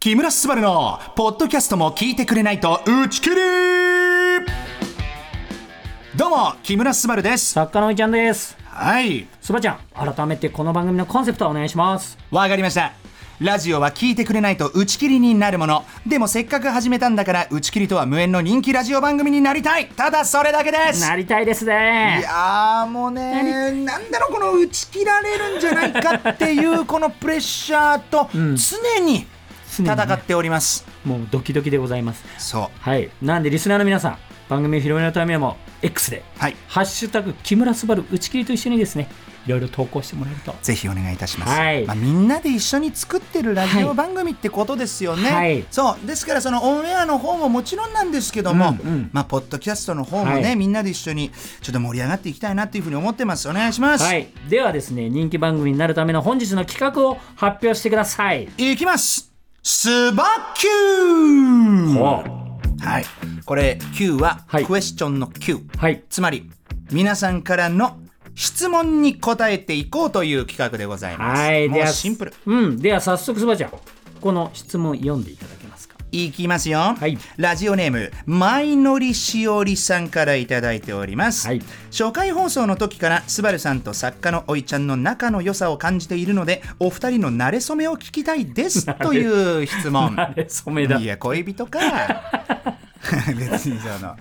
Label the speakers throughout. Speaker 1: 木村昴のポッドキャストも聞いてくれないと打ち切りどうも木村昴です
Speaker 2: 作家のおいちゃんです
Speaker 1: はい
Speaker 2: すばちゃん改めてこの番組のコンセプトをお願いします
Speaker 1: わかりましたラジオは聞いてくれないと打ち切りになるものでもせっかく始めたんだから打ち切りとは無縁の人気ラジオ番組になりたいただそれだけです
Speaker 2: なりたいです
Speaker 1: い
Speaker 2: ね
Speaker 1: やーもうねなんだろうこの打ち切られるんじゃないかっていうこのプレッシャーと常に
Speaker 2: にね
Speaker 1: 戦っております、
Speaker 2: もうドキドキでございます
Speaker 1: そ
Speaker 2: はいなんでリスナーの皆さん番組を広めるためにも X で
Speaker 1: うはい
Speaker 2: 「ハッシュタグ木村昴打ち切り」と一緒にですねいろいろ投稿してもらえると
Speaker 1: ぜひお願いいたします、
Speaker 2: はい
Speaker 1: まあ、みんなで一緒に作ってるラジ
Speaker 2: は
Speaker 1: オ
Speaker 2: い
Speaker 1: 番組ってことですよね、
Speaker 2: はい
Speaker 1: そうですからそのオンエアの方ももちろんなんですけども、
Speaker 2: うんうん
Speaker 1: まあ、ポッドキャストの方もね、
Speaker 2: はい
Speaker 1: みんなで一緒にちょっと盛り上がっていきたいなっていうふうに思ってますお願いします、、
Speaker 2: はいいではですね人気番組になるための本日の企画を発表してください
Speaker 1: きますスバキューはいこれ Q は
Speaker 2: はい
Speaker 1: クエスチョンの Q、
Speaker 2: はい
Speaker 1: つまり皆さんからの質問に答えていこうという企画でございます。
Speaker 2: はい
Speaker 1: も
Speaker 2: で
Speaker 1: う
Speaker 2: は
Speaker 1: シンプル。
Speaker 2: うんでは早速すばちゃんこの質問読んでいただけますか
Speaker 1: いきますよ、
Speaker 2: はい
Speaker 1: ラジオネームまいのりしおりさんからいただいております、
Speaker 2: はい
Speaker 1: 初回放送の時からすばるさんと作家のおいちゃんの仲の良さを感じているのでお二人の馴れ初めを聞きたい ですという質問
Speaker 2: あれ染めだ
Speaker 1: いや恋人か 別にそのっ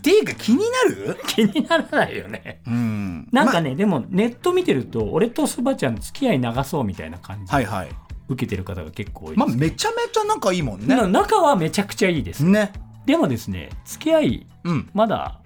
Speaker 1: ていうか気になる
Speaker 2: 気にならないよね
Speaker 1: うん
Speaker 2: なんかね、でもネット見てると俺とスバちゃん付き合い長そうみたいな感じ、
Speaker 1: はいはい
Speaker 2: 受けてる方が結構多いで
Speaker 1: ますあ、めちゃめちゃ仲いいもんね
Speaker 2: な仲はめちゃくちゃいいです、
Speaker 1: ね
Speaker 2: でもですね付き合い
Speaker 1: うん
Speaker 2: まだ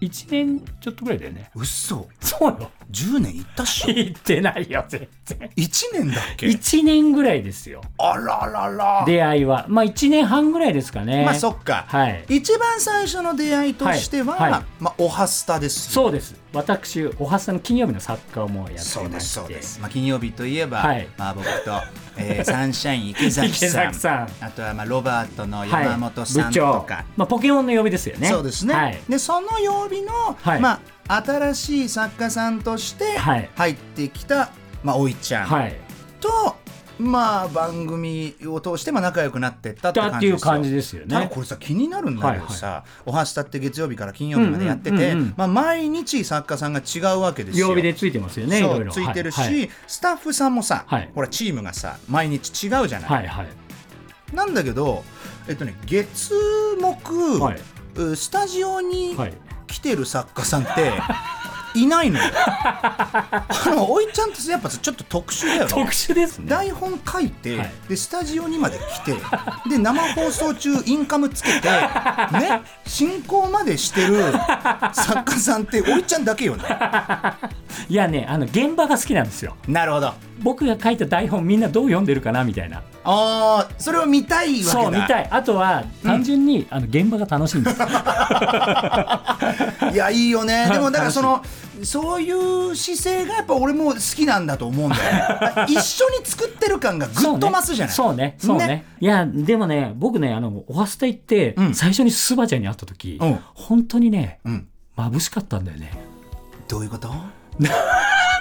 Speaker 2: 1年ちょっとぐらいだよね
Speaker 1: 嘘
Speaker 2: そうよ
Speaker 1: 10年いったっしょ
Speaker 2: 聞いてないよ全然
Speaker 1: 1年だっけ
Speaker 2: 1年ぐらいですよ
Speaker 1: あららら
Speaker 2: 出会いはまあ1年半ぐらいですかね
Speaker 1: まあそっか、
Speaker 2: はい
Speaker 1: 一番最初の出会いとしては、
Speaker 2: はいはい
Speaker 1: まあ、おはスタですよ
Speaker 2: そうです私おはさんの金曜日の作家をもうやって
Speaker 1: そ
Speaker 2: お
Speaker 1: う
Speaker 2: り
Speaker 1: で
Speaker 2: ますして
Speaker 1: そうです、まあ、金曜日といえば、
Speaker 2: はい
Speaker 1: まあ、僕と、えー サンシャイン池崎さん
Speaker 2: 池崎さん
Speaker 1: あとはまあロバートの
Speaker 2: はい
Speaker 1: 山本さんと
Speaker 2: 部
Speaker 1: か
Speaker 2: 長、まあ、ポケモンの曜日ですよね
Speaker 1: そうですね、
Speaker 2: はい、
Speaker 1: でその曜日の、
Speaker 2: はい
Speaker 1: まあ、新しい作家さんとして
Speaker 2: はい
Speaker 1: 入ってきた、まあ、おいちゃん、
Speaker 2: はい
Speaker 1: と、まあ、番組を通してまあ仲良くなってったって
Speaker 2: だ
Speaker 1: 感じです
Speaker 2: ってい
Speaker 1: よ
Speaker 2: う感じですよ
Speaker 1: ただ
Speaker 2: ね
Speaker 1: これさ気になるんだけどさ「おはスタ」って月曜日から金曜日までやってて、
Speaker 2: うんうんうんうん
Speaker 1: まあ、毎日作家さんが違うわけですよ。
Speaker 2: 曜日でついてますよねい
Speaker 1: そ
Speaker 2: ろいうろ
Speaker 1: ついてるし、
Speaker 2: はい
Speaker 1: スタッフさんもさ、
Speaker 2: はい
Speaker 1: ほらチームがさ毎日違うじゃない、
Speaker 2: はいはい
Speaker 1: なんだけど、えっとね、月木、
Speaker 2: はいう
Speaker 1: スタジオに
Speaker 2: はい
Speaker 1: 来てる作家さんって、い、ない のよあのおいちゃんってやっぱさちょっと特殊だよね
Speaker 2: 特殊ですね
Speaker 1: 台本書いて、
Speaker 2: はい
Speaker 1: でスタジオにまで来て で生放送中インカムつけ て、ね、進行までしてる作家さんっておいちゃんだけよね。
Speaker 2: いやねあの現場が好きなんですよ
Speaker 1: なるほどあ
Speaker 2: 僕が書いた台本みんなどう読んでるかなみたいな
Speaker 1: あーそれを見たいわけだ
Speaker 2: そう見たいあとは単純に、あの現場が楽しいん ですよ
Speaker 1: いやいいよねでもだから
Speaker 2: 楽しい
Speaker 1: そのそういう姿勢がやっぱ俺も好きなんだと思うんだ よね一緒に作ってる感がぐっと増すじゃない
Speaker 2: そうねそうねそうね
Speaker 1: ね
Speaker 2: いやでもね僕ねあのおはスタ行って、
Speaker 1: うん
Speaker 2: 最初にスバちゃんに会った時、
Speaker 1: うん
Speaker 2: 本当にね
Speaker 1: うん、
Speaker 2: 眩しかったんだよね
Speaker 1: どういうこと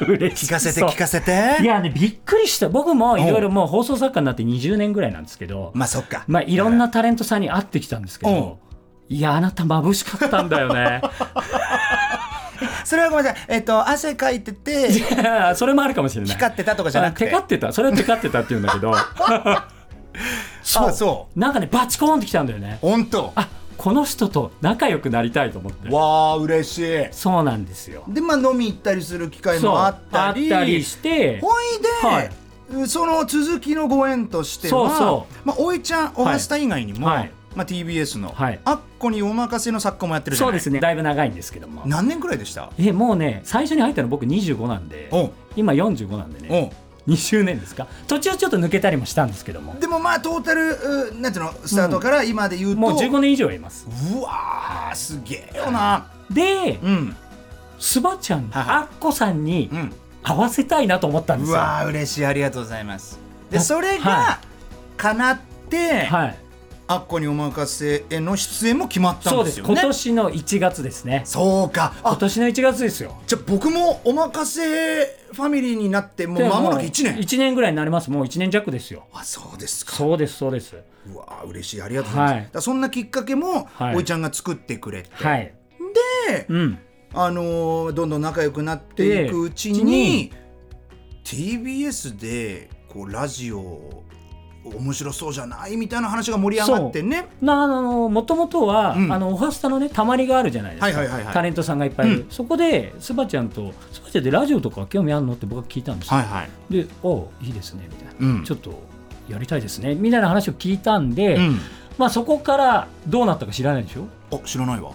Speaker 2: 嬉 し
Speaker 1: 聞かせて
Speaker 2: そう
Speaker 1: 聞かせて
Speaker 2: いやねびっくりした僕もいろいろもう放送作家になって20年ぐらいなんですけど
Speaker 1: まあそっか
Speaker 2: まあいろんなタレントさんに会ってきたんですけど、いやあなた眩しかったんだよね
Speaker 1: それはごめんなさいえっと汗かいてて
Speaker 2: いやそれもあるかもしれない
Speaker 1: 光ってたとかじゃなくて
Speaker 2: あテカってたそれはテカってたって言うんだ けど
Speaker 1: そうそう
Speaker 2: うなんかねバチコーンってきたんだよね
Speaker 1: 本当
Speaker 2: あこの人と仲良くなりたいと思って
Speaker 1: わあ嬉しい
Speaker 2: そうなんですよ
Speaker 1: でまあ飲み行ったりする機会
Speaker 2: そう
Speaker 1: もあったり
Speaker 2: あったりして
Speaker 1: ほいで、
Speaker 2: はい
Speaker 1: その続きのご縁としては
Speaker 2: そうそう
Speaker 1: まあ、おいちゃんおはスタ以外にも、
Speaker 2: はい
Speaker 1: まあ、TBS の、
Speaker 2: はい
Speaker 1: あっこにお任せの作家もやってるじゃ
Speaker 2: そ
Speaker 1: な
Speaker 2: う
Speaker 1: い
Speaker 2: ですねだいぶ長いんですけども
Speaker 1: 何年くらいでした
Speaker 2: えもうね最初に入ったの僕25なんで
Speaker 1: おう
Speaker 2: 今45なんでね
Speaker 1: お
Speaker 2: 20年ですか途中ちょっと抜けたりもしたんですけども
Speaker 1: うでもまあトータルうなんていうのスタートから今で言うと、
Speaker 2: もう15年以上います
Speaker 1: うわーすげえよな、
Speaker 2: で
Speaker 1: うん
Speaker 2: スバちゃん
Speaker 1: はいはい
Speaker 2: アッコさんに
Speaker 1: うん
Speaker 2: 会わせたいなと思ったんで
Speaker 1: う
Speaker 2: すよは
Speaker 1: わー嬉しいありがとうございますで
Speaker 2: だ
Speaker 1: それが、
Speaker 2: は
Speaker 1: 叶って、
Speaker 2: い
Speaker 1: アッコにお任せ」への出演も決まった
Speaker 2: そ
Speaker 1: ん
Speaker 2: うで
Speaker 1: です
Speaker 2: す
Speaker 1: よ
Speaker 2: 今
Speaker 1: ねそう
Speaker 2: 年の1月ですね
Speaker 1: か
Speaker 2: 今
Speaker 1: あ
Speaker 2: 年の1月ですよ
Speaker 1: じゃあ僕もお任せファミリーになってもう間もなく1年
Speaker 2: 1年ぐらいになりますもう1年弱ですよ
Speaker 1: あそうですか
Speaker 2: そうですそうです
Speaker 1: うわー嬉しいありがとうございます、
Speaker 2: はい
Speaker 1: だからそんなきっかけも、
Speaker 2: はい
Speaker 1: おいちゃんが作ってくれて、
Speaker 2: はい
Speaker 1: で
Speaker 2: うん
Speaker 1: あのーどんどん仲良くなっていくうちに、TBS でこうラジオ面白そうじゃないみたいな話が盛り上がってね
Speaker 2: なあのもともとは、
Speaker 1: うん
Speaker 2: あのオハスタのねたまりがあるじゃないですか、
Speaker 1: はいはいはいはい
Speaker 2: タレントさんがいっぱいいる、
Speaker 1: う
Speaker 2: そこでスバちゃんと「スバちゃんでラジオとか興味あるの?」って僕は聞いたんですよ、
Speaker 1: いはい、
Speaker 2: で「おういいですね」みたいな、
Speaker 1: うん
Speaker 2: ちょっとやりたいですね」みたいな話を聞いたんで、
Speaker 1: うん、
Speaker 2: まあそこからどうなったか知らないでしょ
Speaker 1: あ知らないわ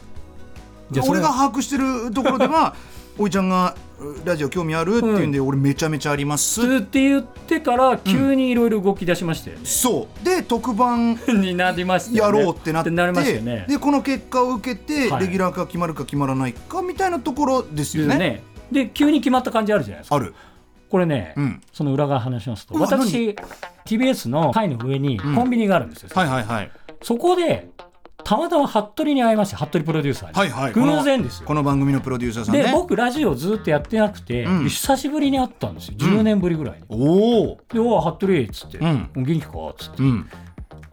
Speaker 2: じゃあそれ
Speaker 1: 俺が
Speaker 2: は
Speaker 1: 把握してるところで はおいちゃんがうラジオ興味あるって言うんで、俺めちゃめちゃあります、
Speaker 2: 普通って言ってから急にいろいろ動き出しまし たよね、
Speaker 1: そうで特番
Speaker 2: になりました
Speaker 1: や
Speaker 2: よね
Speaker 1: ろうってなって
Speaker 2: なりましたよね
Speaker 1: でこの結果を受けて、
Speaker 2: はい
Speaker 1: レギュラーか決まるか決まらないかみたいなところですよ
Speaker 2: で
Speaker 1: ね
Speaker 2: ねで急に決まった感じあるじゃないですか
Speaker 1: ある
Speaker 2: これね、
Speaker 1: うん
Speaker 2: その裏側話しますと
Speaker 1: うわ
Speaker 2: 私 TBS の階の上に
Speaker 1: うん
Speaker 2: コンビニがあるんですよ、
Speaker 1: はいはいはい
Speaker 2: そこでたまたま服部に会いました服部プロデューサーに、
Speaker 1: はいはい
Speaker 2: 偶然ですよ
Speaker 1: この番組のプロデューサーさんね
Speaker 2: で僕ラジオずっとやってなくて、
Speaker 1: うん
Speaker 2: 久しぶりに会ったんですよ10年ぶりぐらいに、
Speaker 1: おお
Speaker 2: で「おう服部」っつって「
Speaker 1: うん
Speaker 2: 元気か?」っつって
Speaker 1: うん
Speaker 2: 「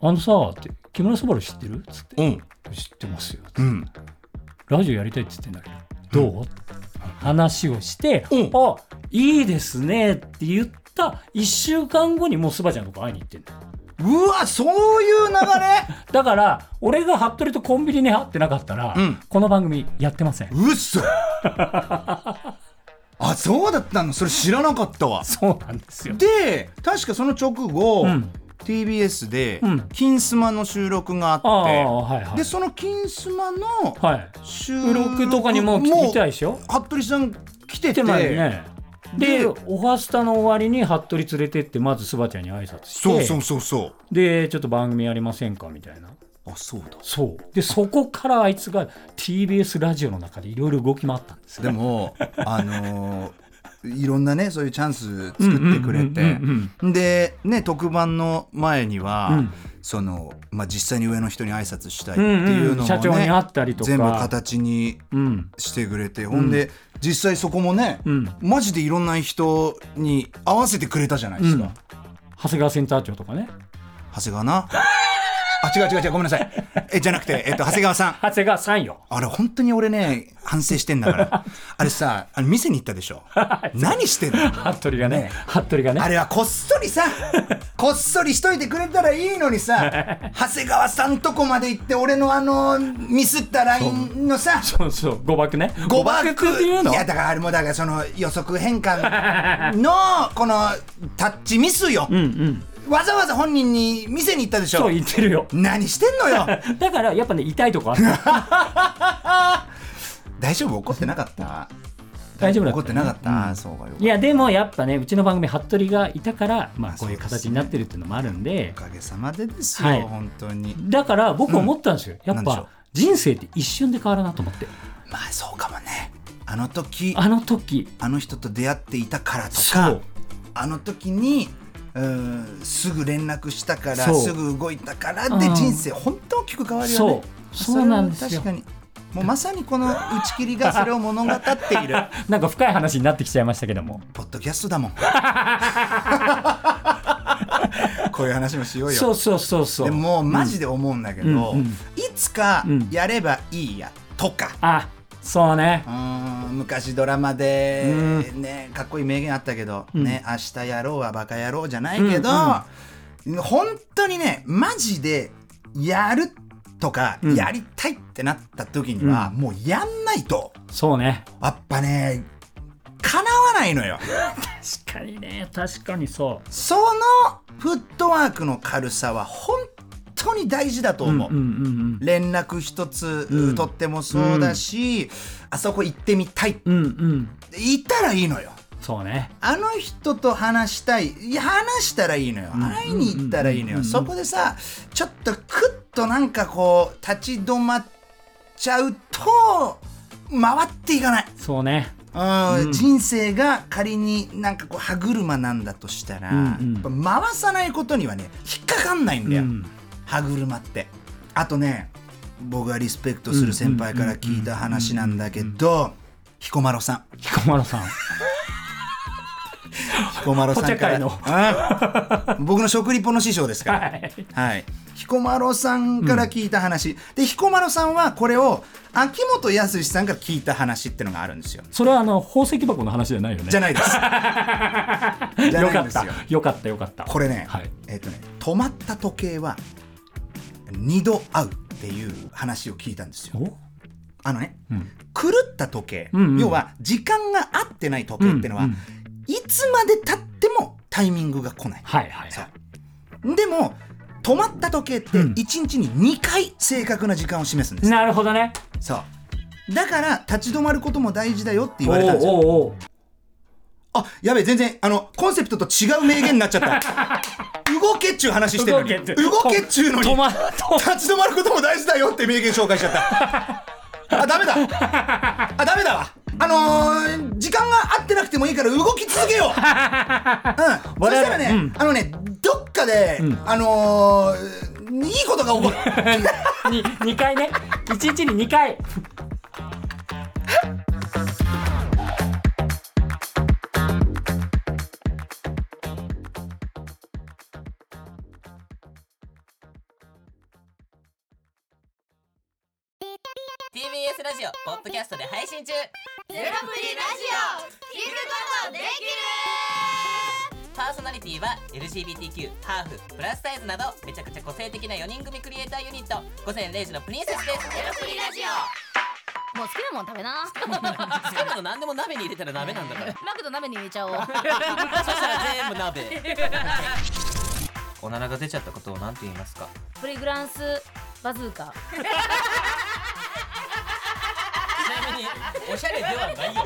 Speaker 2: あのさ」って「木村昴知ってる?」っつって
Speaker 1: うん
Speaker 2: 「知ってますよ」
Speaker 1: うん
Speaker 2: ラジオやりたいって言ってんだけど、どう話をして、
Speaker 1: うん
Speaker 2: あいいですねって言った1週間後にもうスバちゃんのとこ会いに行ってんだよ
Speaker 1: うわそういう流れ
Speaker 2: だから俺が服部とコンビニに会ってなかったら、
Speaker 1: うん
Speaker 2: この番組やってません
Speaker 1: うっそ あそうだったのそれ知らなかったわ
Speaker 2: そうなんですよ
Speaker 1: で確かその直後、
Speaker 2: うん
Speaker 1: TBS で
Speaker 2: うん
Speaker 1: 「金スマ」の収録が
Speaker 2: あ
Speaker 1: あって、
Speaker 2: あはいはい
Speaker 1: でその「金スマ」の
Speaker 2: はい
Speaker 1: 収
Speaker 2: ブロ
Speaker 1: 録
Speaker 2: ックとかにも聞きたいでしょ
Speaker 1: もう服部さん来て
Speaker 2: 来て
Speaker 1: て
Speaker 2: ますねで
Speaker 1: で
Speaker 2: 「オファスタ」の終わりに服部連れてってまずスバちゃんに挨拶して
Speaker 1: そうそうそうそう
Speaker 2: でちょっと番組やりませんかみたいな
Speaker 1: あそうだ
Speaker 2: そうでそこからあいつが TBS ラジオの中でいろいろ動き回ったんですよ
Speaker 1: でもあのーいろんなねそういうチャンス作ってくれて
Speaker 2: うんうんうん
Speaker 1: でね特番の前には、
Speaker 2: うん
Speaker 1: そのまあ、実際に上の人に挨拶したいって
Speaker 2: うんうん
Speaker 1: いうのも、ね
Speaker 2: 社長に会ったりとか
Speaker 1: 全部形に
Speaker 2: うん
Speaker 1: してくれてほんで、実際そこもね、
Speaker 2: うん
Speaker 1: マジでいろんな人に合わせてくれたじゃないで
Speaker 2: う
Speaker 1: す
Speaker 2: ん
Speaker 1: か、
Speaker 2: 長谷川センター長とかね
Speaker 1: 長谷川なあ違う違う違うごめんなさいえじゃなくて、えっと、長谷川さん
Speaker 2: 長谷川さんよ
Speaker 1: あれ本当に俺ね反省してんだから あれさあの店に行ったでしょ何してんの
Speaker 2: 服部がね
Speaker 1: ね
Speaker 2: 服部がね
Speaker 1: あれはこっそり さこっそりしといてくれたらいいのにさ長谷川さんとこまで行って俺のあのミスったラインのさ
Speaker 2: そうそう誤爆ね
Speaker 1: 誤爆
Speaker 2: っていうの
Speaker 1: いやだからあれもだからその予測変換 のこのタッチミスよ、
Speaker 2: うんうん
Speaker 1: わざわざ本人に店に行ったでし
Speaker 2: そう
Speaker 1: ょ
Speaker 2: 言ってるよ
Speaker 1: 何してんのよ
Speaker 2: だからやっぱね痛いとこ ある
Speaker 1: 大丈夫怒ってなかった
Speaker 2: 大丈夫だ
Speaker 1: 怒ってなかった、そうかよかった
Speaker 2: いやでもやっぱねうちの番組服部がいたからま
Speaker 1: あ
Speaker 2: あこういう
Speaker 1: そうですね
Speaker 2: 形になってるっていうのもあるんで
Speaker 1: おかげさまでですよ、
Speaker 2: はい
Speaker 1: 本当に
Speaker 2: だから僕思ったんですよや
Speaker 1: な
Speaker 2: っ
Speaker 1: んでしょう
Speaker 2: ぱ人生って一瞬で変わるなと思って
Speaker 1: まあそうかもねあの時
Speaker 2: あの時
Speaker 1: あの人と出会っていたからと
Speaker 2: そ
Speaker 1: か
Speaker 2: う
Speaker 1: あの時にうーんすぐ連絡したから
Speaker 2: そう
Speaker 1: すぐ動いたからで
Speaker 2: うん
Speaker 1: 人生本当大きく変わるよね
Speaker 2: そうそうなんですよ
Speaker 1: それは確かにもうまさにこの打ち切り がそれを物語っている
Speaker 2: なんか深い話になってきちゃいましたけども
Speaker 1: ポッドキャスト だもんこういう話もしようよ
Speaker 2: そうそうそうそう
Speaker 1: でもマジで思うんだけど、
Speaker 2: うんうん
Speaker 1: いつか
Speaker 2: うん
Speaker 1: やればいいやとか、
Speaker 2: あそうね
Speaker 1: うーん昔ドラマで
Speaker 2: う、
Speaker 1: ね、かっこいい名言あったけど、
Speaker 2: ん
Speaker 1: ね、明日やろうはバカ野郎じゃないけど、本当にねマジでやるとか、
Speaker 2: うん
Speaker 1: やりたいってなった時には、もうやんないと
Speaker 2: そうね
Speaker 1: やっぱね叶わないのよ
Speaker 2: 確かにね確かにそ
Speaker 1: そのフットワークの軽さは本当に大事だと
Speaker 2: ううん
Speaker 1: 思
Speaker 2: う
Speaker 1: う。
Speaker 2: んうん
Speaker 1: 連絡一つ、
Speaker 2: うん
Speaker 1: とってもそうだし、あそこ行ってみたい
Speaker 2: うんうんうん
Speaker 1: 行ったらいいのよ
Speaker 2: そうね
Speaker 1: あの人と話したいいや話したらいいのよ
Speaker 2: ん
Speaker 1: 会いに行ったらいいの
Speaker 2: うんうんうんう
Speaker 1: よ
Speaker 2: ん
Speaker 1: そこでさちょっとクッとなんかこう立ち止まっちゃうと回っていかない
Speaker 2: そうね
Speaker 1: うん
Speaker 2: うん
Speaker 1: 人生が仮になんかこう歯車なんだとしたら、
Speaker 2: うんうん
Speaker 1: やっぱ回さないことにはね引っかかんないんだ
Speaker 2: う
Speaker 1: よ、
Speaker 2: ん
Speaker 1: 歯車ってあとね僕がリスペクトする先輩から聞いた話なんだけど彦摩呂さん
Speaker 2: 彦摩呂さん
Speaker 1: 彦摩呂さんから
Speaker 2: お
Speaker 1: うん僕の食リポの師匠ですから、
Speaker 2: はい
Speaker 1: はい、彦摩呂さんから聞いた話、で彦摩呂さんはこれを秋元康さんから聞いた話ってのがあるんですよ
Speaker 2: それはあの宝石箱の話じゃないよね
Speaker 1: じゃ ないですじゃ
Speaker 2: よ
Speaker 1: な
Speaker 2: か
Speaker 1: いん
Speaker 2: っ
Speaker 1: です
Speaker 2: た
Speaker 1: よ
Speaker 2: よかったよかった
Speaker 1: これね、
Speaker 2: はい
Speaker 1: えっ、とね止まった時計は2度会うっていう話を聞いたんですよ
Speaker 2: お
Speaker 1: あのね
Speaker 2: うん
Speaker 1: 狂った時計、
Speaker 2: うんうん
Speaker 1: 要は時間が合ってない時計ってのは、
Speaker 2: うんうん
Speaker 1: いつまでたってもタイミングが来ない
Speaker 2: はいはい
Speaker 1: そ
Speaker 2: はいう
Speaker 1: でも止まった時計って
Speaker 2: う
Speaker 1: 1
Speaker 2: ん
Speaker 1: 日に2回正確な時間を示すんです、
Speaker 2: なるほどね
Speaker 1: そうだから立ち止まることも大事だよって言われたんですよ
Speaker 2: おうおうおう
Speaker 1: あやべえ全然あのコンセプトと違う名言になっちゃった 動けっちゅう話してるのに
Speaker 2: 動けっちゅう
Speaker 1: 動けっちゅうのに
Speaker 2: 止まっ
Speaker 1: 立ち止まることも大事だよって名言紹介しちゃった。あ、ダメだ。あ、ダメだわ。あのー、時間が合ってなくてもいいから動き続けよう。うん。そしたらね、
Speaker 2: うん
Speaker 1: あのね、どっかで、
Speaker 2: ん
Speaker 1: あのー、いいことが起こる。
Speaker 2: に2回ね1日に2回
Speaker 3: ラジオポッドキャストで配信中
Speaker 4: ゼロプリラジオ聞くことできる
Speaker 3: パーソナリティは LGBTQ ハーフプラスサイズなどめちゃくちゃ個性的な4人組クリエイターユニット午前0時のプリンセスです
Speaker 4: ゼロプリラジオもう好きなもん食べな
Speaker 3: 好きなの何でも鍋に入れたら鍋なんだから
Speaker 4: マクド鍋に入れち ゃおう
Speaker 3: そしたら全部鍋おならが出ちゃったことを何て言いますか
Speaker 4: プリグランスバズーカ
Speaker 3: ちなみにおしゃれではないよ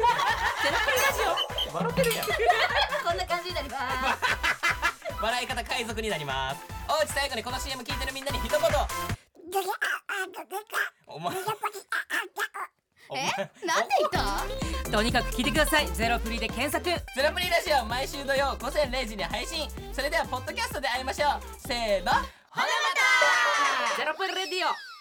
Speaker 3: ゼロプリラジオ笑ってるやん
Speaker 4: こんな感じになり ます
Speaker 3: 笑い方海賊になりますおうち最後にこの CM 聞いてるみんなに一言お前お前
Speaker 4: なんで言っ
Speaker 5: とにかく聞いてくださいゼロプリで検索
Speaker 3: ゼロプリラジオ毎週土曜午前0時に配信それではポッドキャストで会いましょうせーのほなまた
Speaker 5: ゼロプリレディオ